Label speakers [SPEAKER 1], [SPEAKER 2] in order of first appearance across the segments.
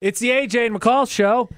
[SPEAKER 1] It's the AJ and McCall show.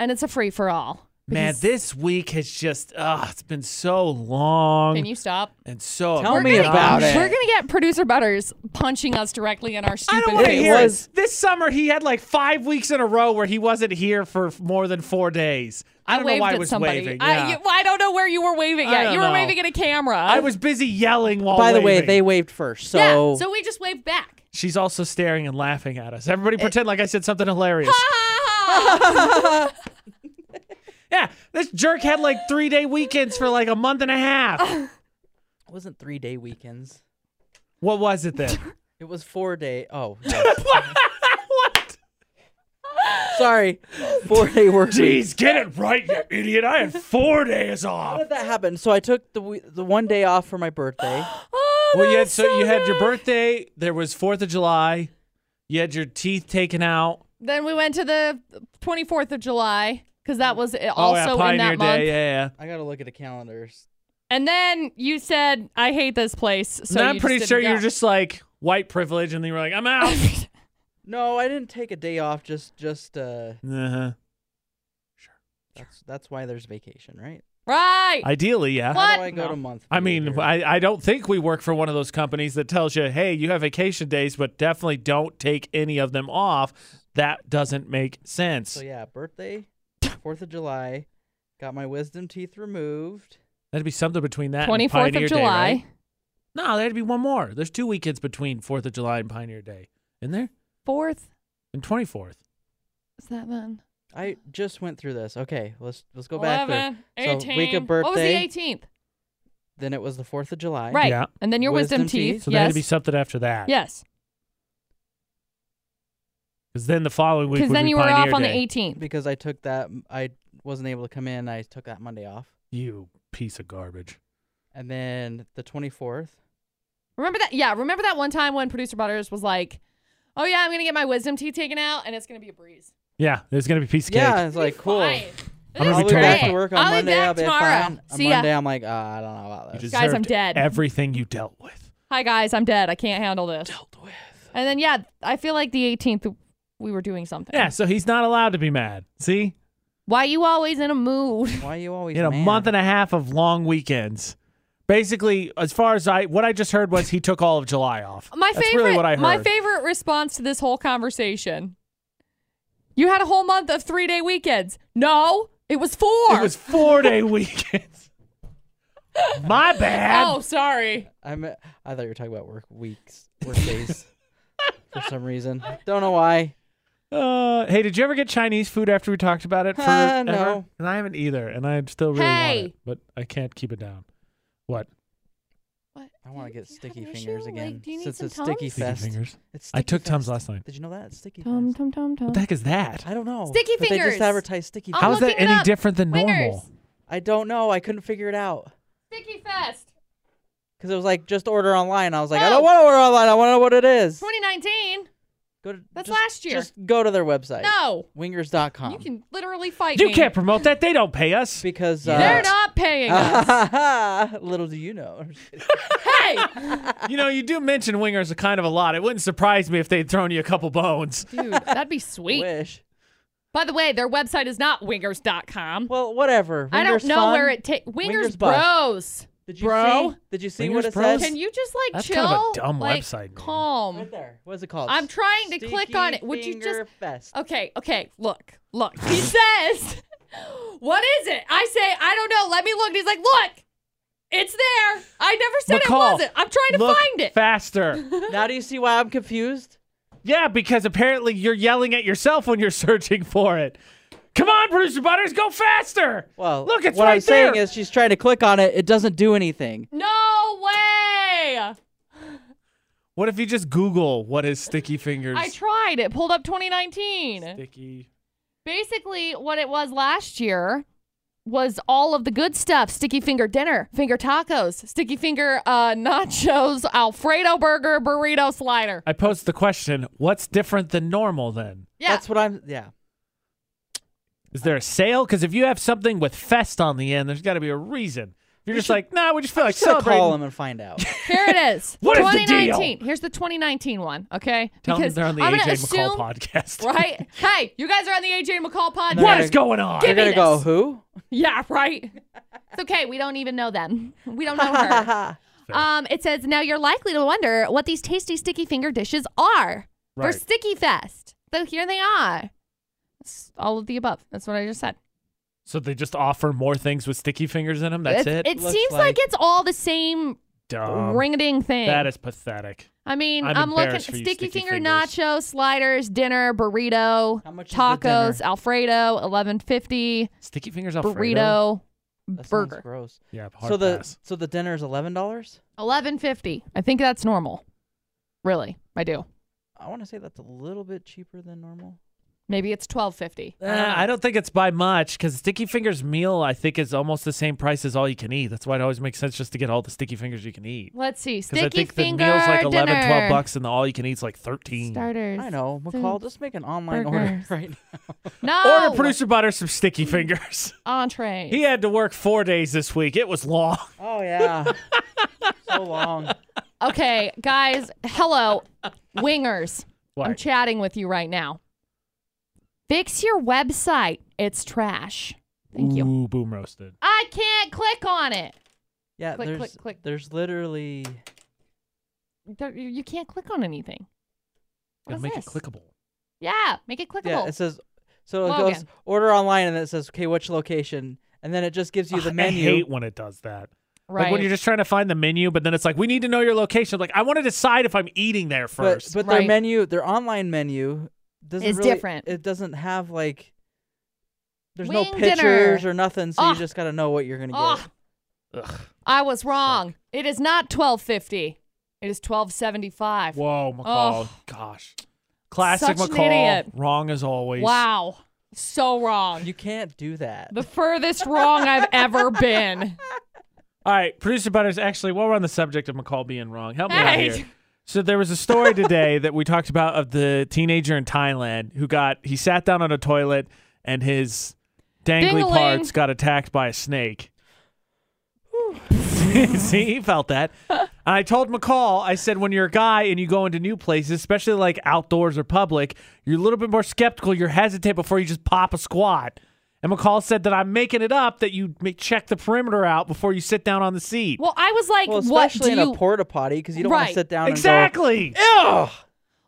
[SPEAKER 2] And it's a free for all.
[SPEAKER 1] Man, this week has just, uh, it's been so long
[SPEAKER 2] Can you stop?
[SPEAKER 1] and so.
[SPEAKER 3] Tell me
[SPEAKER 2] We're gonna
[SPEAKER 3] about
[SPEAKER 2] get-
[SPEAKER 3] it.
[SPEAKER 2] We're gonna get producer Butters punching us directly in our
[SPEAKER 1] I
[SPEAKER 2] stupid
[SPEAKER 1] don't want to
[SPEAKER 2] face.
[SPEAKER 1] hear
[SPEAKER 3] was-
[SPEAKER 1] it. This summer, he had like five weeks in a row where he wasn't here for more than four days. I don't know
[SPEAKER 2] waved
[SPEAKER 1] why I
[SPEAKER 2] at
[SPEAKER 1] was
[SPEAKER 2] somebody.
[SPEAKER 1] waving.
[SPEAKER 2] I,
[SPEAKER 1] yeah.
[SPEAKER 2] you- I don't know where you were waving
[SPEAKER 1] I
[SPEAKER 2] at.
[SPEAKER 1] don't
[SPEAKER 2] You were
[SPEAKER 1] know.
[SPEAKER 2] waving at a camera.
[SPEAKER 1] I was busy yelling while
[SPEAKER 3] By the way,
[SPEAKER 1] waving.
[SPEAKER 3] they waved first. So,
[SPEAKER 2] Yeah. So we just waved back.
[SPEAKER 1] She's also staring and laughing at us. Everybody pretend like I said something hilarious.
[SPEAKER 2] Ah!
[SPEAKER 1] yeah, this jerk had like three day weekends for like a month and a half.
[SPEAKER 3] it wasn't three day weekends.
[SPEAKER 1] What was it then?
[SPEAKER 3] It was four day. Oh, yeah.
[SPEAKER 1] what?
[SPEAKER 3] sorry, four day work. week.
[SPEAKER 1] Jeez, get it right, you idiot. I had four days
[SPEAKER 3] How
[SPEAKER 1] off.
[SPEAKER 3] did that happen? So I took the we- the one day off for my birthday.
[SPEAKER 2] Oh,
[SPEAKER 1] Well, you
[SPEAKER 2] that
[SPEAKER 1] had
[SPEAKER 2] was
[SPEAKER 1] so, you had your
[SPEAKER 2] bad.
[SPEAKER 1] birthday, there was 4th of July, you had your teeth taken out.
[SPEAKER 2] Then we went to the 24th of July because that was it
[SPEAKER 1] Oh,
[SPEAKER 2] also
[SPEAKER 1] yeah,
[SPEAKER 2] in
[SPEAKER 1] Pioneer Day.
[SPEAKER 2] that month.
[SPEAKER 1] Yeah, yeah.
[SPEAKER 3] I gotta look at the calendars.
[SPEAKER 2] And then you said, "I hate this place." So
[SPEAKER 1] And
[SPEAKER 2] you
[SPEAKER 1] I'm pretty
[SPEAKER 2] just
[SPEAKER 1] sure
[SPEAKER 2] didn't
[SPEAKER 1] you were
[SPEAKER 2] go.
[SPEAKER 1] just like white privilege and then you were like, I'm out.
[SPEAKER 3] No, I didn't take a day off. Just just uh,
[SPEAKER 1] uh-huh.
[SPEAKER 3] that's that's why there's vacation, right?
[SPEAKER 2] right.
[SPEAKER 1] Ideally, yeah.
[SPEAKER 2] What?
[SPEAKER 3] How do I go
[SPEAKER 2] No.
[SPEAKER 3] to month?
[SPEAKER 1] I
[SPEAKER 3] view
[SPEAKER 1] mean,
[SPEAKER 3] here?
[SPEAKER 1] I, I don't think we work for one of those companies that tells you, hey, you have vacation days, but definitely don't take any of them off. That doesn't make sense.
[SPEAKER 3] so yeah, birthday, Fourth of July, got my wisdom teeth removed.
[SPEAKER 1] That'd be something between that and
[SPEAKER 2] 24th
[SPEAKER 1] Pioneer
[SPEAKER 2] of
[SPEAKER 1] Day,
[SPEAKER 2] July.
[SPEAKER 1] right? No, there'd be one more. There's two weekends between 4th of July and Pioneer Day, isn't there?
[SPEAKER 2] Fourth
[SPEAKER 1] And 24th.
[SPEAKER 2] is that then?
[SPEAKER 3] I just went through this. Okay, let's let's go back there.
[SPEAKER 2] 18.
[SPEAKER 3] So week of
[SPEAKER 2] What was the
[SPEAKER 3] birthday,
[SPEAKER 2] 18th?
[SPEAKER 3] Then it was the Fourth of July.
[SPEAKER 2] Right.
[SPEAKER 1] Yeah.
[SPEAKER 2] And then your wisdom,
[SPEAKER 3] Wisdom
[SPEAKER 2] teeth.
[SPEAKER 3] teeth.
[SPEAKER 1] So
[SPEAKER 2] yes.
[SPEAKER 1] that'd be something after that.
[SPEAKER 2] yes.
[SPEAKER 1] Because then the following week
[SPEAKER 2] Because
[SPEAKER 1] would
[SPEAKER 2] then
[SPEAKER 1] be
[SPEAKER 2] you were
[SPEAKER 1] Pioneer
[SPEAKER 2] off on the
[SPEAKER 1] Day.
[SPEAKER 2] 18th.
[SPEAKER 3] because I took that I wasn't able to come in. I took that Monday off,
[SPEAKER 1] You piece of garbage.
[SPEAKER 3] and then the 24th.
[SPEAKER 2] Remember that? Yeah. Remember that one time when producer Butters was like, "Oh yeah, I'm gonna get my wisdom teeth taken out, and it's gonna be a breeze."
[SPEAKER 1] Yeah, there's going to be piece of
[SPEAKER 3] Yeah,
[SPEAKER 1] cake.
[SPEAKER 3] it's
[SPEAKER 2] It'll be
[SPEAKER 3] like cool.
[SPEAKER 2] fine.
[SPEAKER 1] I'm
[SPEAKER 2] It
[SPEAKER 1] gonna
[SPEAKER 2] is
[SPEAKER 3] I'll
[SPEAKER 1] be
[SPEAKER 3] be back
[SPEAKER 2] great.
[SPEAKER 3] to work on
[SPEAKER 2] I'll
[SPEAKER 3] Monday.
[SPEAKER 2] Be back
[SPEAKER 3] I'll be
[SPEAKER 2] tomorrow.
[SPEAKER 3] fine. On
[SPEAKER 2] See ya.
[SPEAKER 3] Monday, I'm like, "Ah, I don't know about
[SPEAKER 1] You
[SPEAKER 3] this.
[SPEAKER 2] Guys, I'm
[SPEAKER 1] deserved
[SPEAKER 2] dead.
[SPEAKER 1] Everything you dealt with.
[SPEAKER 2] Hi guys, I'm dead. I can't handle this.
[SPEAKER 3] dealt with.
[SPEAKER 2] And then yeah, I feel like the 18th we were doing something.
[SPEAKER 1] Yeah, so he's not allowed to be mad. See?
[SPEAKER 2] Why you always in a mood?
[SPEAKER 3] Why are you always
[SPEAKER 1] in a
[SPEAKER 3] mad?
[SPEAKER 1] month and a half of long weekends. Basically, as far as I, what I just heard was he took all of July off.
[SPEAKER 2] My
[SPEAKER 1] That's
[SPEAKER 2] favorite
[SPEAKER 1] really what I heard.
[SPEAKER 2] my favorite response to this whole conversation. You had a whole month of 3-day weekends. No, it was 4.
[SPEAKER 1] It was four day weekends. My bad.
[SPEAKER 2] Oh, sorry.
[SPEAKER 3] I'm, I thought you were talking about work weeks, work days, for some reason. Don't know why.
[SPEAKER 1] Uh, hey, did you ever get Chinese food after we talked about it? For
[SPEAKER 3] Uh, no.
[SPEAKER 1] and I haven't either, and I still really
[SPEAKER 2] Hey.
[SPEAKER 1] want it, but I can't keep it down. What?
[SPEAKER 2] What?
[SPEAKER 3] I want
[SPEAKER 2] You-
[SPEAKER 3] to get
[SPEAKER 2] you have
[SPEAKER 3] sticky
[SPEAKER 2] an
[SPEAKER 3] fingers
[SPEAKER 2] issue?
[SPEAKER 3] again
[SPEAKER 2] Like, do you need
[SPEAKER 3] since
[SPEAKER 2] some
[SPEAKER 3] it's sticky
[SPEAKER 2] Tums?
[SPEAKER 1] Sticky
[SPEAKER 3] fest.
[SPEAKER 1] fingers.
[SPEAKER 3] It's sticky
[SPEAKER 1] I took
[SPEAKER 3] fest.
[SPEAKER 1] Tums last night.
[SPEAKER 3] Did you know that it's sticky?
[SPEAKER 2] Tom,
[SPEAKER 3] fest.
[SPEAKER 2] tom, tom, tom.
[SPEAKER 1] What the heck is that?
[SPEAKER 3] I don't know.
[SPEAKER 2] Sticky
[SPEAKER 3] but They
[SPEAKER 2] fingers.
[SPEAKER 3] just advertise sticky.
[SPEAKER 2] I'm
[SPEAKER 1] How is that
[SPEAKER 2] looking it
[SPEAKER 1] any
[SPEAKER 2] up.
[SPEAKER 1] different than
[SPEAKER 2] Wingers.
[SPEAKER 1] normal?
[SPEAKER 3] I don't know. I couldn't figure it out.
[SPEAKER 2] Sticky Fest
[SPEAKER 3] Because it was like, just order online. I was like, I
[SPEAKER 2] Oh.
[SPEAKER 3] don't want to order online. I want to know what it is.
[SPEAKER 2] 2019.
[SPEAKER 3] Go to,
[SPEAKER 2] That's
[SPEAKER 3] just-
[SPEAKER 2] last year.
[SPEAKER 3] Just go to their website.
[SPEAKER 2] No.
[SPEAKER 3] Wingers.com.
[SPEAKER 2] You can literally fight
[SPEAKER 1] You
[SPEAKER 2] me.
[SPEAKER 1] can't promote that. They don't pay us.
[SPEAKER 3] Because.
[SPEAKER 1] Yeah.
[SPEAKER 3] Uh,
[SPEAKER 2] They're not paying us.
[SPEAKER 3] little do you know.
[SPEAKER 2] hey.
[SPEAKER 1] You know, you do mention wingers a kind of a lot. It wouldn't surprise me if they'd thrown you a couple bones.
[SPEAKER 2] Dude, that'd be sweet.
[SPEAKER 3] Wish.
[SPEAKER 2] By the way, their website is not wingers.com.
[SPEAKER 3] Well, whatever.
[SPEAKER 2] I don't
[SPEAKER 3] Wingers
[SPEAKER 2] know
[SPEAKER 3] fun.
[SPEAKER 2] where it takes. Wingers,
[SPEAKER 3] Wingers bus.
[SPEAKER 2] Bros.
[SPEAKER 3] Did you
[SPEAKER 2] Bro.
[SPEAKER 3] see? Did you see what
[SPEAKER 1] Wingers
[SPEAKER 3] it
[SPEAKER 1] Bros?
[SPEAKER 3] says?
[SPEAKER 2] Can you just like
[SPEAKER 1] That's
[SPEAKER 2] chill?
[SPEAKER 1] kind of a dumb
[SPEAKER 2] like,
[SPEAKER 1] website name.
[SPEAKER 2] Calm.
[SPEAKER 3] Right there. What is it called?
[SPEAKER 2] I'm trying to click on it.
[SPEAKER 3] Sticky
[SPEAKER 2] Would you
[SPEAKER 3] Finger
[SPEAKER 2] just?
[SPEAKER 3] Fest.
[SPEAKER 2] Okay, okay. Look, look. He says, "What is it?" I say, "I don't know. Let me look." And he's like, "Look, it's there. I never said
[SPEAKER 1] McCall,
[SPEAKER 2] it wasn't. I'm trying to
[SPEAKER 1] Look
[SPEAKER 2] find it."
[SPEAKER 1] faster.
[SPEAKER 2] Oh.
[SPEAKER 3] Now do you see why I'm confused?
[SPEAKER 1] yeah, because apparently you're yelling at yourself when you're searching for it. Come on, producer Butters, go faster.
[SPEAKER 3] Well,
[SPEAKER 1] look, it's
[SPEAKER 3] what
[SPEAKER 1] right
[SPEAKER 3] I'm
[SPEAKER 1] there.
[SPEAKER 3] saying is she's trying to click on it. It doesn't do anything.
[SPEAKER 2] no way.
[SPEAKER 1] what if you just Google what is sticky fingers?
[SPEAKER 2] I tried. It pulled up 2019.
[SPEAKER 1] sticky.
[SPEAKER 2] basically what it was last year was all of the good stuff sticky finger dinner finger tacos sticky finger uh, nachos alfredo burger burrito slider
[SPEAKER 1] I posed the question: What's different than normal? Then
[SPEAKER 2] yeah
[SPEAKER 3] That's what I'm. Yeah.
[SPEAKER 1] is there a sale? Because if you have something with fest on the end, there's got to be a reason. If You're just like, nah, we just feel like
[SPEAKER 3] So
[SPEAKER 1] celebrating.
[SPEAKER 3] call him and find out.
[SPEAKER 2] Here it is.
[SPEAKER 1] What is the deal?
[SPEAKER 2] 2019. Here's the 2019 one, okay?
[SPEAKER 1] Tell them
[SPEAKER 2] because
[SPEAKER 1] they're on the
[SPEAKER 2] I'm
[SPEAKER 1] AJ
[SPEAKER 2] gonna
[SPEAKER 1] McCall
[SPEAKER 2] assume,
[SPEAKER 1] podcast.
[SPEAKER 2] Right? Hey, you guys are on the AJ McCall podcast.
[SPEAKER 1] What is going on?
[SPEAKER 2] Give
[SPEAKER 3] They're
[SPEAKER 2] me
[SPEAKER 3] gonna go. Who?
[SPEAKER 2] Yeah, right. It's okay. We don't even know them. We don't know her. um, it says now you're likely to wonder what these tasty sticky finger dishes are for
[SPEAKER 1] Right.
[SPEAKER 2] Sticky Fest. So here they are. It's all of the above. That's what I just said.
[SPEAKER 1] So they just offer more things with sticky fingers in them. That's
[SPEAKER 2] It's-
[SPEAKER 1] it.
[SPEAKER 2] It
[SPEAKER 3] Looks
[SPEAKER 2] seems like,
[SPEAKER 3] like-
[SPEAKER 2] it's all the same
[SPEAKER 1] Dumb.
[SPEAKER 2] ring ding thing.
[SPEAKER 1] That is pathetic.
[SPEAKER 2] I mean,
[SPEAKER 1] I'm
[SPEAKER 2] I'm, looking
[SPEAKER 1] embarrassed for you,
[SPEAKER 2] sticky,
[SPEAKER 1] sticky
[SPEAKER 2] finger
[SPEAKER 1] fingers.
[SPEAKER 2] nacho, sliders, dinner, burrito,
[SPEAKER 3] How much is the
[SPEAKER 2] tacos,
[SPEAKER 3] dinner?
[SPEAKER 2] Alfredo, 1150,
[SPEAKER 1] Sticky fingers Alfredo.
[SPEAKER 2] burrito,
[SPEAKER 3] That sounds
[SPEAKER 2] burger.
[SPEAKER 3] gross.
[SPEAKER 1] Yeah, hard
[SPEAKER 3] so the
[SPEAKER 1] pass.
[SPEAKER 3] so the dinner is eleven dollars.
[SPEAKER 2] 1150. I think that's normal. Really? I do.
[SPEAKER 3] I want to say that's a little bit cheaper than normal.
[SPEAKER 2] Maybe it's 1250.
[SPEAKER 1] Eh, I don't think it's by much because Sticky Fingers meal, I think, is almost the same price as all you can eat. That's why it always makes sense just to get all the Sticky Fingers you can eat.
[SPEAKER 2] Let's see.
[SPEAKER 1] Because
[SPEAKER 2] Sticky
[SPEAKER 1] I think the
[SPEAKER 2] finger
[SPEAKER 1] meal's like 11,
[SPEAKER 2] dinner.
[SPEAKER 1] 12 bucks and the all you can eat's like 13.
[SPEAKER 2] Starters.
[SPEAKER 3] I know, McCall.
[SPEAKER 2] Foods.
[SPEAKER 3] Just make an online order
[SPEAKER 2] Burgers.
[SPEAKER 3] right now.
[SPEAKER 2] No.
[SPEAKER 1] Order producer butter some Sticky
[SPEAKER 2] Mm.
[SPEAKER 1] Fingers.
[SPEAKER 2] entree.
[SPEAKER 1] he had to work four days this week. It was long.
[SPEAKER 3] Oh yeah, so long.
[SPEAKER 2] okay, guys. Hello, wingers. I'm
[SPEAKER 1] What?
[SPEAKER 2] chatting with you right now. Fix your website. It's trash. Thank you.
[SPEAKER 1] Ooh, boom roasted.
[SPEAKER 2] I can't click on it.
[SPEAKER 3] Yeah,
[SPEAKER 2] Click,
[SPEAKER 3] there's
[SPEAKER 2] click, click.
[SPEAKER 3] there's literally
[SPEAKER 2] There- you- You can't click on anything. What
[SPEAKER 1] Gotta
[SPEAKER 2] is
[SPEAKER 1] make
[SPEAKER 2] this?
[SPEAKER 1] it clickable.
[SPEAKER 2] Yeah, make it clickable.
[SPEAKER 3] yeah. It says so it
[SPEAKER 2] Logan.
[SPEAKER 3] goes order online and then it says okay which location and then it just gives you the
[SPEAKER 1] Ugh,
[SPEAKER 3] menu.
[SPEAKER 1] I hate when it does that.
[SPEAKER 2] right.
[SPEAKER 1] Like when you're just trying to find the menu, but then it's like, we need to know your location. Like, I want to decide if I'm eating there
[SPEAKER 3] but
[SPEAKER 1] first.
[SPEAKER 3] but
[SPEAKER 2] Right.
[SPEAKER 3] their menu, their online menu doesn't
[SPEAKER 2] Is
[SPEAKER 3] really,
[SPEAKER 2] different.
[SPEAKER 3] It doesn't have like there's no
[SPEAKER 2] Wing dinner. Ah.
[SPEAKER 3] pictures or nothing, so
[SPEAKER 2] Ugh.
[SPEAKER 3] you just gotta know what you're gonna get.
[SPEAKER 2] Ugh.
[SPEAKER 1] Ugh.
[SPEAKER 2] I was wrong. It is not 1250. It is 1275.
[SPEAKER 1] Whoa, McCall.
[SPEAKER 2] Ugh.
[SPEAKER 1] Gosh. Classic
[SPEAKER 2] Such an
[SPEAKER 1] McCall.
[SPEAKER 2] idiot.
[SPEAKER 1] Wrong as always.
[SPEAKER 2] Wow. So wrong.
[SPEAKER 3] You can't do that.
[SPEAKER 2] the furthest wrong I've ever been.
[SPEAKER 1] All right, producer Butters, actually, while we're on the subject of McCall being wrong, help me
[SPEAKER 2] Hey.
[SPEAKER 1] out here. So there was a story today that we talked about of the teenager in Thailand who got he sat down on a toilet and his dangly
[SPEAKER 2] Ding-a-ling.
[SPEAKER 1] parts got attacked by a snake. See, he felt that. And I told McCall, I said, when you're a guy and you go into new places, especially like outdoors or public, you're a little bit more skeptical. You're hesitant before you just pop a squat. And McCall said that I'm making it up that you ma- check the perimeter out before you sit down on the seat.
[SPEAKER 2] Well, I was like,
[SPEAKER 3] well,
[SPEAKER 2] what do
[SPEAKER 3] especially in
[SPEAKER 2] you?
[SPEAKER 3] a porta potty because you don't want
[SPEAKER 2] Right.
[SPEAKER 3] to sit down
[SPEAKER 1] exactly.
[SPEAKER 3] and go. Ugh.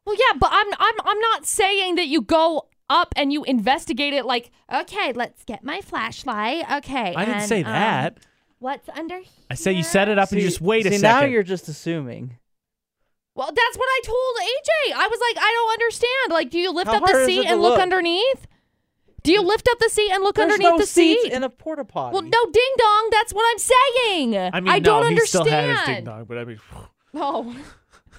[SPEAKER 2] well, yeah, but I'm I'm I'm not saying that you go up and you investigate it like, okay, let's get my flashlight. Okay.
[SPEAKER 1] I didn't
[SPEAKER 2] and,
[SPEAKER 1] say
[SPEAKER 2] um,
[SPEAKER 1] that.
[SPEAKER 2] what's under here?
[SPEAKER 1] I say you set it up and
[SPEAKER 3] See-
[SPEAKER 1] you just wait a
[SPEAKER 3] see,
[SPEAKER 1] second.
[SPEAKER 3] now you're just assuming.
[SPEAKER 2] Well, that's what I told AJ. I was like, I don't understand. Like, do you lift
[SPEAKER 3] How
[SPEAKER 2] up the
[SPEAKER 3] hard is
[SPEAKER 2] seat
[SPEAKER 3] it to
[SPEAKER 2] and look,
[SPEAKER 3] look?
[SPEAKER 2] underneath? Do you lift up the seat and look
[SPEAKER 3] There's
[SPEAKER 2] underneath
[SPEAKER 3] no
[SPEAKER 2] the
[SPEAKER 3] seats
[SPEAKER 2] seat?
[SPEAKER 3] in a porta potty.
[SPEAKER 2] well, no, ding dong. That's what I'm saying.
[SPEAKER 1] I mean,
[SPEAKER 2] don't
[SPEAKER 1] no, he still
[SPEAKER 2] understand.
[SPEAKER 1] had his ding dong, but I mean,
[SPEAKER 2] No.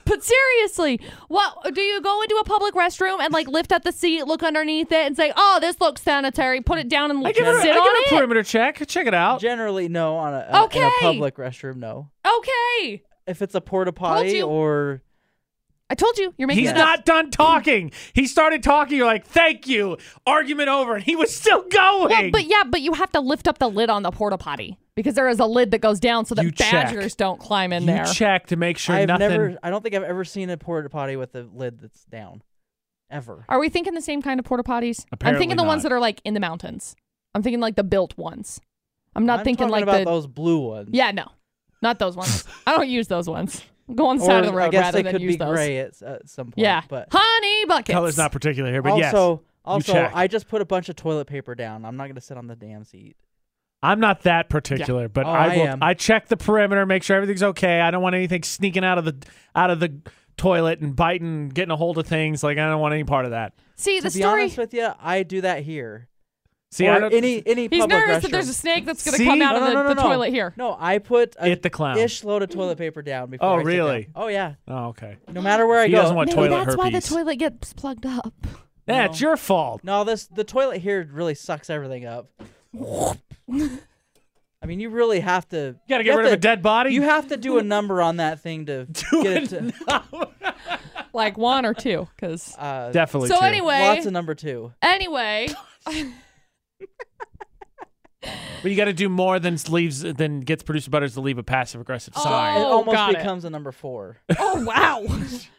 [SPEAKER 2] But seriously, what do you go into a public restroom and like lift up the seat, look underneath it, and say, "Oh, this looks sanitary." Put it down and
[SPEAKER 1] I
[SPEAKER 2] sit
[SPEAKER 1] give it a, I
[SPEAKER 2] on
[SPEAKER 1] give it a
[SPEAKER 2] it.
[SPEAKER 1] perimeter check. Check it out.
[SPEAKER 3] Generally, no. On a, on a- in a
[SPEAKER 2] Okay.
[SPEAKER 3] public restroom, no.
[SPEAKER 2] Okay,
[SPEAKER 3] If it's a porta potty
[SPEAKER 2] you.
[SPEAKER 3] or
[SPEAKER 2] I told you, you're making
[SPEAKER 1] He's
[SPEAKER 2] it
[SPEAKER 1] not
[SPEAKER 2] up.
[SPEAKER 1] done talking. He started talking. You're like, thank you. Argument over. And he was still going.
[SPEAKER 2] Well, but yeah, but you have to lift up the lid on the porta potty because there is a lid that goes down so that
[SPEAKER 1] You check.
[SPEAKER 2] badgers don't climb in
[SPEAKER 1] you
[SPEAKER 2] there.
[SPEAKER 1] check to make sure
[SPEAKER 3] I've
[SPEAKER 1] nothing.
[SPEAKER 3] never. I don't think I've ever seen a porta potty with a lid that's down, ever.
[SPEAKER 2] Are we thinking the same kind of porta potties? I'm
[SPEAKER 1] Apparently
[SPEAKER 2] thinking the ones
[SPEAKER 1] not.
[SPEAKER 2] that are like in the mountains. I'm thinking like the built ones. I'm not
[SPEAKER 3] I'm
[SPEAKER 2] thinking
[SPEAKER 3] talking
[SPEAKER 2] like
[SPEAKER 3] about
[SPEAKER 2] the
[SPEAKER 3] those blue ones.
[SPEAKER 2] yeah, no, not those ones. I don't use those ones. Go on the
[SPEAKER 3] or
[SPEAKER 2] side of the
[SPEAKER 3] I
[SPEAKER 2] road
[SPEAKER 3] guess
[SPEAKER 2] rather
[SPEAKER 3] they
[SPEAKER 2] than
[SPEAKER 3] could
[SPEAKER 2] use
[SPEAKER 3] be
[SPEAKER 2] those.
[SPEAKER 3] gray at, at some point.
[SPEAKER 2] Yeah,
[SPEAKER 3] but
[SPEAKER 2] honey buckets.
[SPEAKER 1] Color's not particular here, but yes.
[SPEAKER 3] also, also,
[SPEAKER 1] check.
[SPEAKER 3] I just put a bunch of toilet paper down. I'm not gonna sit on the damn seat.
[SPEAKER 1] I'm not that particular, but
[SPEAKER 3] Oh,
[SPEAKER 1] I
[SPEAKER 3] I
[SPEAKER 1] will.
[SPEAKER 3] am.
[SPEAKER 1] I, check the perimeter, make sure everything's okay. I don't want anything sneaking out of the out of the toilet and biting, getting a hold of things. Like I don't want any part of that.
[SPEAKER 2] See
[SPEAKER 3] to
[SPEAKER 2] the
[SPEAKER 3] be
[SPEAKER 2] story.
[SPEAKER 3] honest with you, I do that here.
[SPEAKER 1] See,
[SPEAKER 3] or
[SPEAKER 1] I don't,
[SPEAKER 3] any any
[SPEAKER 2] He's
[SPEAKER 3] public
[SPEAKER 2] nervous
[SPEAKER 3] restroom.
[SPEAKER 2] that there's a snake that's going to
[SPEAKER 1] See?
[SPEAKER 2] come out
[SPEAKER 3] no,
[SPEAKER 2] of
[SPEAKER 3] no,
[SPEAKER 2] the,
[SPEAKER 3] no, no,
[SPEAKER 2] the
[SPEAKER 3] no.
[SPEAKER 2] toilet here.
[SPEAKER 3] No, I put a
[SPEAKER 1] It the clown.
[SPEAKER 3] ish load of toilet paper down before.
[SPEAKER 1] Oh,
[SPEAKER 3] I sit down.
[SPEAKER 1] really?
[SPEAKER 3] Oh yeah.
[SPEAKER 1] oh, okay.
[SPEAKER 3] No matter where I
[SPEAKER 1] He
[SPEAKER 3] go.
[SPEAKER 1] doesn't want
[SPEAKER 2] Maybe
[SPEAKER 1] toilet
[SPEAKER 2] that's why the
[SPEAKER 1] herpes.
[SPEAKER 2] toilet gets plugged up.
[SPEAKER 1] Yeah, it's your fault.
[SPEAKER 3] No, this the toilet here really sucks everything up. I mean, you really have to.
[SPEAKER 1] You gotta
[SPEAKER 3] you
[SPEAKER 1] get
[SPEAKER 3] have
[SPEAKER 1] rid of
[SPEAKER 3] to-
[SPEAKER 1] a dead body.
[SPEAKER 3] You have to do a number on that thing to
[SPEAKER 1] Do
[SPEAKER 3] get it
[SPEAKER 1] a
[SPEAKER 3] to.
[SPEAKER 2] like one or two, because.
[SPEAKER 3] Uh,
[SPEAKER 1] definitely.
[SPEAKER 2] So
[SPEAKER 1] too.
[SPEAKER 2] anyway,
[SPEAKER 3] lots of number two.
[SPEAKER 2] anyway,
[SPEAKER 1] But you got to do more than leaves than gets producer butters to leave a passive aggressive sign.
[SPEAKER 3] it
[SPEAKER 2] Oh, got
[SPEAKER 3] almost
[SPEAKER 2] it.
[SPEAKER 3] becomes a number four.
[SPEAKER 2] Oh wow.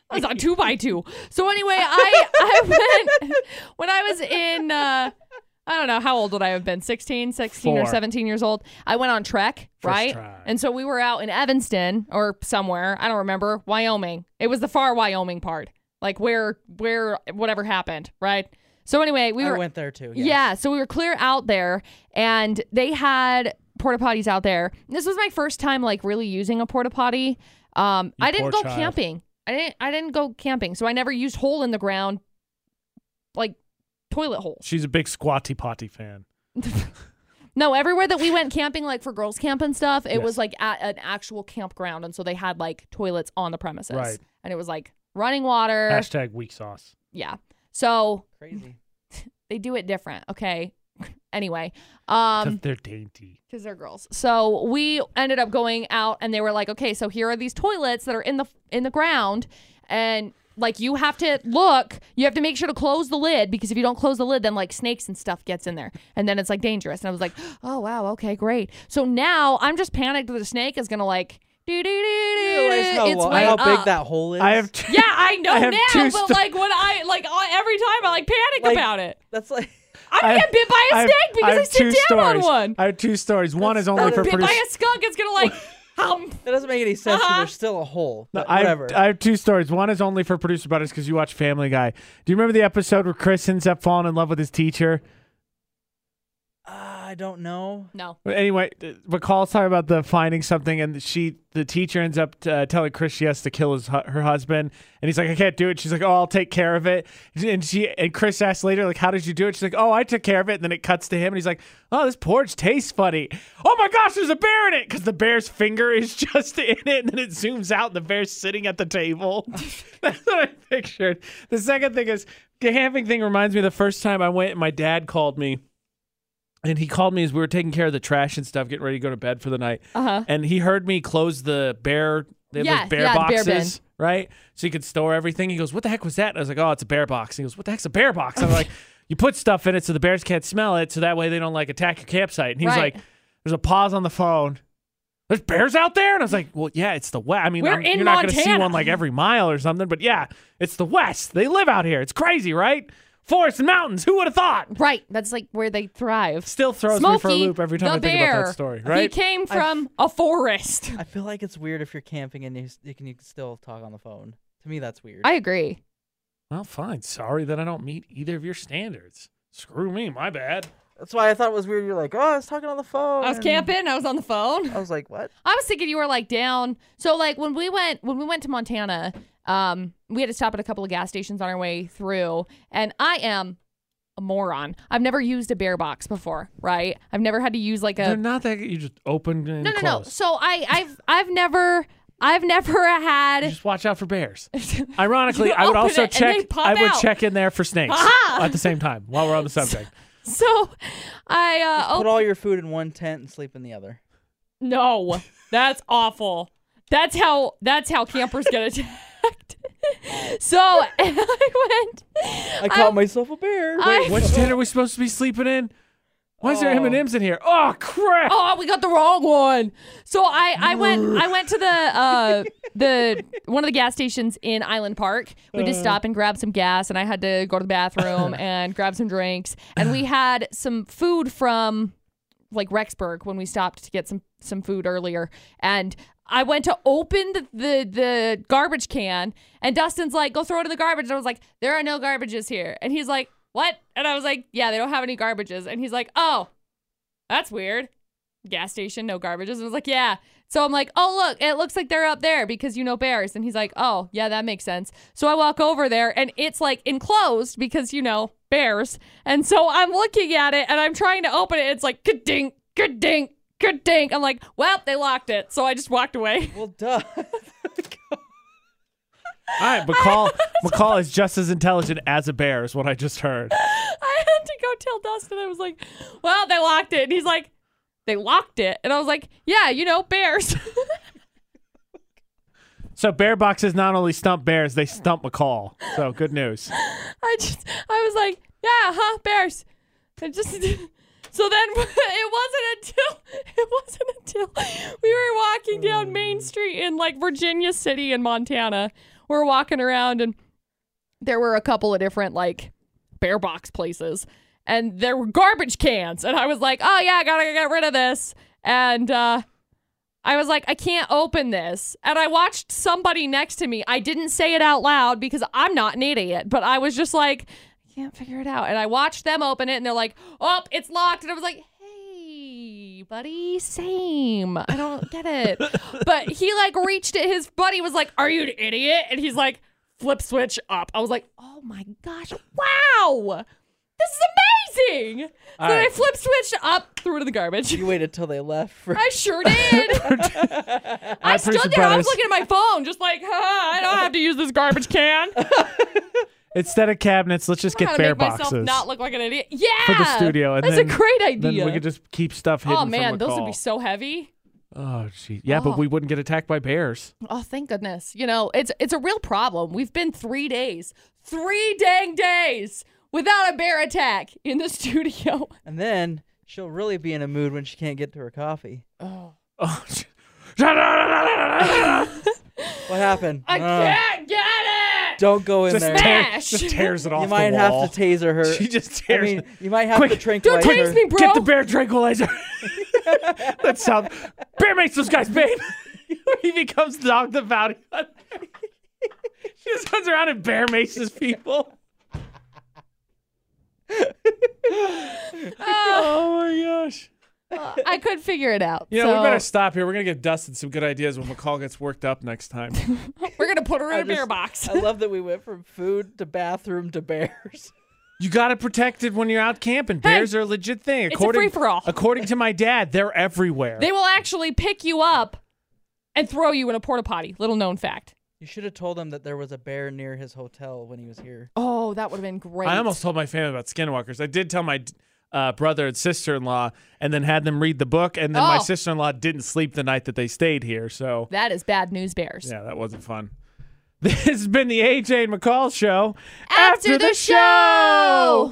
[SPEAKER 2] I was on two by two. So anyway, I I went when I was in uh I don't know how old would I have been 16, 16 or
[SPEAKER 1] Four.
[SPEAKER 2] 17 years old. I went on trek, right?
[SPEAKER 1] try.
[SPEAKER 2] And so we were out in Evanston or somewhere, I don't remember, Wyoming. It was the far Wyoming part. Like where where whatever happened, right? So anyway, we
[SPEAKER 3] I
[SPEAKER 2] were
[SPEAKER 3] went there too.
[SPEAKER 2] yeah. so we were clear out there and they had porta potties out there. This was my first time like really using a porta potty. Um
[SPEAKER 1] You
[SPEAKER 2] I didn't
[SPEAKER 1] poor
[SPEAKER 2] go
[SPEAKER 1] child.
[SPEAKER 2] camping. I didn't I didn't go camping, so I never used hole in the ground like toilet holes.
[SPEAKER 1] She's a big squatty potty fan.
[SPEAKER 2] No, everywhere that we went camping like for girls camp and stuff, it
[SPEAKER 1] Yes.
[SPEAKER 2] was like at an actual campground and so they had like toilets on the premises.
[SPEAKER 1] Right.
[SPEAKER 2] And it was like running water.
[SPEAKER 1] Hashtag weak sauce.
[SPEAKER 2] yeah. So
[SPEAKER 3] Crazy.
[SPEAKER 2] they do it different, okay? anyway, um
[SPEAKER 1] 'Cause they're dainty.
[SPEAKER 2] because they're girls. So we ended up going out, and they were like, "Okay, so here are these toilets that are in the in the ground, and like you have to look, you have to make sure to close the lid because if you don't close the lid, then like snakes and stuff gets in there, and then it's like dangerous." And I was like, "Oh wow, okay, great." So now I'm just panicked that the snake is gonna like do do do
[SPEAKER 3] You
[SPEAKER 2] do.
[SPEAKER 3] realize how,
[SPEAKER 2] It's
[SPEAKER 3] lo-
[SPEAKER 2] way
[SPEAKER 3] how
[SPEAKER 2] up.
[SPEAKER 3] big that hole is?
[SPEAKER 1] I have two,
[SPEAKER 2] Yeah, I know
[SPEAKER 1] I have
[SPEAKER 2] now,
[SPEAKER 1] two
[SPEAKER 2] but
[SPEAKER 1] sto-
[SPEAKER 2] like when I like all- every time I like panic
[SPEAKER 3] Like-
[SPEAKER 2] about it.
[SPEAKER 3] That's like
[SPEAKER 2] I'm gonna
[SPEAKER 1] I-
[SPEAKER 2] get bit by a
[SPEAKER 1] I have-
[SPEAKER 2] snake because I,
[SPEAKER 1] have
[SPEAKER 2] sit
[SPEAKER 1] two
[SPEAKER 2] down
[SPEAKER 1] stories.
[SPEAKER 2] on one.
[SPEAKER 1] I have two stories. One is only
[SPEAKER 2] I'm
[SPEAKER 1] for
[SPEAKER 2] bit
[SPEAKER 1] producer.
[SPEAKER 2] by a skunk. It's gonna like hum.
[SPEAKER 3] that doesn't make any sense. 'cause
[SPEAKER 2] Uh-huh.
[SPEAKER 3] There's still a hole.
[SPEAKER 1] No,
[SPEAKER 3] but
[SPEAKER 1] I have,
[SPEAKER 3] whatever.
[SPEAKER 1] I have two stories. One is only for producer butters because you watch Family Guy. Do you remember the episode where Chris ends up falling in love with his teacher?
[SPEAKER 3] Ah, I don't know.
[SPEAKER 2] No.
[SPEAKER 1] But Anyway, th- McCall's talking about the finding something, and she, the teacher, ends up uh, telling Chris she has to kill his hu- her husband, and he's like, "I can't do it." She's like, "Oh, I'll take care of it." And she and Chris asks later, like, "How did you do it?" She's like, "Oh, I took care of it." And then it cuts to him, and he's like, "Oh, this porridge tastes funny." Oh my gosh, there's a bear in it because the bear's finger is just in it, and then it zooms out, and the bear's sitting at the table. That's what I pictured. The second thing is the camping thing reminds me of the first time I went, and my dad called me and he called me as we were taking care of the trash and stuff, getting ready to go to bed for the night.
[SPEAKER 2] Uh huh.
[SPEAKER 1] And he heard me close the bear, they have those
[SPEAKER 2] Yeah,
[SPEAKER 1] bear
[SPEAKER 2] yeah, the bear
[SPEAKER 1] boxes, right? So you could store everything. He goes, "What the heck was that?" And I was like, "Oh, it's a bear box." And he goes, "What the heck's a bear box?" I'm like, "You put stuff in it so the bears can't smell it, so that way they don't like attack your campsite." And he's
[SPEAKER 2] Right.
[SPEAKER 1] like, "There's a pause on the phone." There's bears out there, and I was like, "Well, yeah, it's the west. I mean,
[SPEAKER 2] We're
[SPEAKER 1] I'm-
[SPEAKER 2] in
[SPEAKER 1] you're not going to see
[SPEAKER 2] Montana.
[SPEAKER 1] one like every mile or something, but yeah, it's the West. They live out here. It's crazy, right? Forests and mountains. Who would have thought?"
[SPEAKER 2] Right. That's like where they thrive.
[SPEAKER 1] still throws
[SPEAKER 2] Smokey,
[SPEAKER 1] me for a loop every time
[SPEAKER 2] the
[SPEAKER 1] I think
[SPEAKER 2] bear,
[SPEAKER 1] about that story,
[SPEAKER 2] He
[SPEAKER 1] right?
[SPEAKER 2] came from a forest.
[SPEAKER 3] I feel like it's weird if you're camping and you, s- you can you can still talk on the phone. To me, that's weird.
[SPEAKER 2] I agree.
[SPEAKER 1] Well, fine. Sorry that I don't meet either of your standards. Screw me, my bad.
[SPEAKER 3] that's why I thought it was weird. You're like, oh, I was talking on the phone.
[SPEAKER 2] I was
[SPEAKER 3] and-
[SPEAKER 2] camping. I was on the phone.
[SPEAKER 3] I was like, what?
[SPEAKER 2] I was thinking you were like down. So like when we went when we went to Montana, um, we had to stop at a couple of gas stations on our way through, and I am a moron. I've never used a bear box before, right? I've never had to use like a
[SPEAKER 1] They're not that you just open and
[SPEAKER 2] no no no.
[SPEAKER 1] close.
[SPEAKER 2] So I I've I've never I've never
[SPEAKER 1] You
[SPEAKER 2] had
[SPEAKER 1] just watch out for bears. Ironically,
[SPEAKER 2] You
[SPEAKER 1] I would
[SPEAKER 2] open
[SPEAKER 1] also
[SPEAKER 2] it and they
[SPEAKER 1] check.
[SPEAKER 2] pop
[SPEAKER 1] I would
[SPEAKER 2] out.
[SPEAKER 1] check in there for snakes
[SPEAKER 2] Aha!
[SPEAKER 1] at the same time while we're on the subject.
[SPEAKER 2] so I uh, opened
[SPEAKER 3] Put all your food in one tent and sleep in the other.
[SPEAKER 2] No, that's awful. That's how that's how campers get attacked. so and I went.
[SPEAKER 3] I caught myself a bear.
[SPEAKER 2] I-
[SPEAKER 1] Which tent are we supposed to be sleeping in? Why is there M
[SPEAKER 3] Oh.
[SPEAKER 1] and M's in here? Oh crap!
[SPEAKER 2] Oh, we got the wrong one. So I I went I went to the uh the one of the gas stations in Island Park. We just stop and grab some gas, and I had to go to the bathroom and grab some drinks, and we had some food from like Rexburg when we stopped to get some some food earlier, and I went to open the the, the garbage can, and Dustin's like, "Go throw it in the garbage." And I was like, "There are no garbages here," and he's like, "What?" And I was like, "Yeah, they don't have any garbages," and he's like, "Oh." That's weird gas station, no garbages. And I was like, yeah. So I'm like, oh, look, it looks like they're up there because you know bears. And he's like, oh, yeah, that makes sense. So I walk over there and it's like enclosed because, you know, bears. And so I'm looking at it and I'm trying to open it. It's like, good dink, good dink, good dink. I'm like, well, they locked it. So I just walked away.
[SPEAKER 3] well, duh.
[SPEAKER 1] All right, McCall. McCall is just as intelligent as a bear, is what I just heard.
[SPEAKER 2] I had to go tell Dustin. I was like, well, they locked it. And he's like, they locked it. And I was like, yeah, you know, bears.
[SPEAKER 1] So bear boxes not only stump bears, they stump McCall. So good news.
[SPEAKER 2] I just, I was like, yeah, huh, bears. I just, So then it wasn't until it wasn't until we were walking down Main Street in like Virginia City in Montana. We were walking around and there were a couple of different like bear box places and there were garbage cans and I was like, "Oh yeah, I got to get rid of this." And uh I was like, I can't open this. And I watched somebody next to me. I didn't say it out loud because I'm not an idiot, but I was just like, I can't figure it out. And I watched them open it and they're like, oh, it's locked. And I was like, hey, buddy, same. I don't get it. but he like reached it. His buddy was like, are you an idiot? And he's like, flip switch up. I was like, oh my gosh, wow. This is amazing. So
[SPEAKER 1] All
[SPEAKER 2] then I
[SPEAKER 1] right.
[SPEAKER 2] flip switched up, threw it in the garbage.
[SPEAKER 3] You waited till they left for
[SPEAKER 2] I sure did. I stood
[SPEAKER 1] Person
[SPEAKER 2] there. I was
[SPEAKER 1] Brothers.
[SPEAKER 2] looking at my phone, just like, huh, I don't have to use this garbage can. I
[SPEAKER 1] Instead of cabinets, let's just
[SPEAKER 2] don't know how
[SPEAKER 1] get
[SPEAKER 2] to
[SPEAKER 1] bear
[SPEAKER 2] make
[SPEAKER 1] boxes
[SPEAKER 2] myself not look like an idiot. Yeah,
[SPEAKER 1] for the studio. And
[SPEAKER 2] That's
[SPEAKER 1] then,
[SPEAKER 2] a great
[SPEAKER 1] then
[SPEAKER 2] idea.
[SPEAKER 1] we could just keep stuff hidden
[SPEAKER 2] oh
[SPEAKER 1] from
[SPEAKER 2] man, those would be
[SPEAKER 1] McCall.
[SPEAKER 2] so heavy.
[SPEAKER 1] Oh, jeez. Yeah,
[SPEAKER 2] Oh.
[SPEAKER 1] but we wouldn't get attacked by bears.
[SPEAKER 2] Oh, thank goodness. You know, it's it's a real problem. We've been three days, three dang days without a bear attack in the studio.
[SPEAKER 3] And then she'll really be in a mood when she can't get to her coffee.
[SPEAKER 2] Oh.
[SPEAKER 1] Oh,
[SPEAKER 3] What happened?
[SPEAKER 2] I
[SPEAKER 3] Uh,
[SPEAKER 2] can't get it.
[SPEAKER 3] Don't go in
[SPEAKER 1] just,
[SPEAKER 3] there.
[SPEAKER 1] tear,
[SPEAKER 2] Smash!
[SPEAKER 1] just tears it off
[SPEAKER 3] You might
[SPEAKER 1] the wall.
[SPEAKER 3] have to taser her.
[SPEAKER 1] She just
[SPEAKER 3] I
[SPEAKER 1] tears
[SPEAKER 3] mean, you might have
[SPEAKER 1] Quick,
[SPEAKER 3] to
[SPEAKER 2] Don't
[SPEAKER 3] tranquilize
[SPEAKER 2] tease
[SPEAKER 3] her.
[SPEAKER 2] me, bro.
[SPEAKER 1] Get the bear tranquilizer. that sound. Bear makes those guys, babe. he becomes dog the bounty hunter. she just runs around and bear maces people.
[SPEAKER 2] Ah.
[SPEAKER 1] oh my gosh.
[SPEAKER 2] I could figure it out.
[SPEAKER 1] Yeah,
[SPEAKER 2] so
[SPEAKER 1] we better stop here. We're gonna give Dustin some good ideas when McCall gets worked up next time.
[SPEAKER 2] we're gonna put her in
[SPEAKER 3] I
[SPEAKER 2] a bear
[SPEAKER 3] just-
[SPEAKER 2] box.
[SPEAKER 3] I love that we went from food to bathroom to bears.
[SPEAKER 1] You got to protect it when you're out camping. Bears are a legit thing.
[SPEAKER 2] a
[SPEAKER 1] According,
[SPEAKER 2] free-for-all.
[SPEAKER 1] According to my dad, they're everywhere.
[SPEAKER 2] They will actually pick you up and throw you in a porta potty. Little known fact.
[SPEAKER 3] You should have told him that there was a bear near his hotel when he was here.
[SPEAKER 2] Oh, that would have been great.
[SPEAKER 1] I almost told my family about skinwalkers. I did tell my uh, brother and sister in law, and then had them read the book. And then my
[SPEAKER 2] Oh.
[SPEAKER 1] sister in law didn't sleep the night that they stayed here. So
[SPEAKER 2] That is bad news, bears.
[SPEAKER 1] yeah, that wasn't fun. This has been the AJ and McCall show.
[SPEAKER 2] After the show!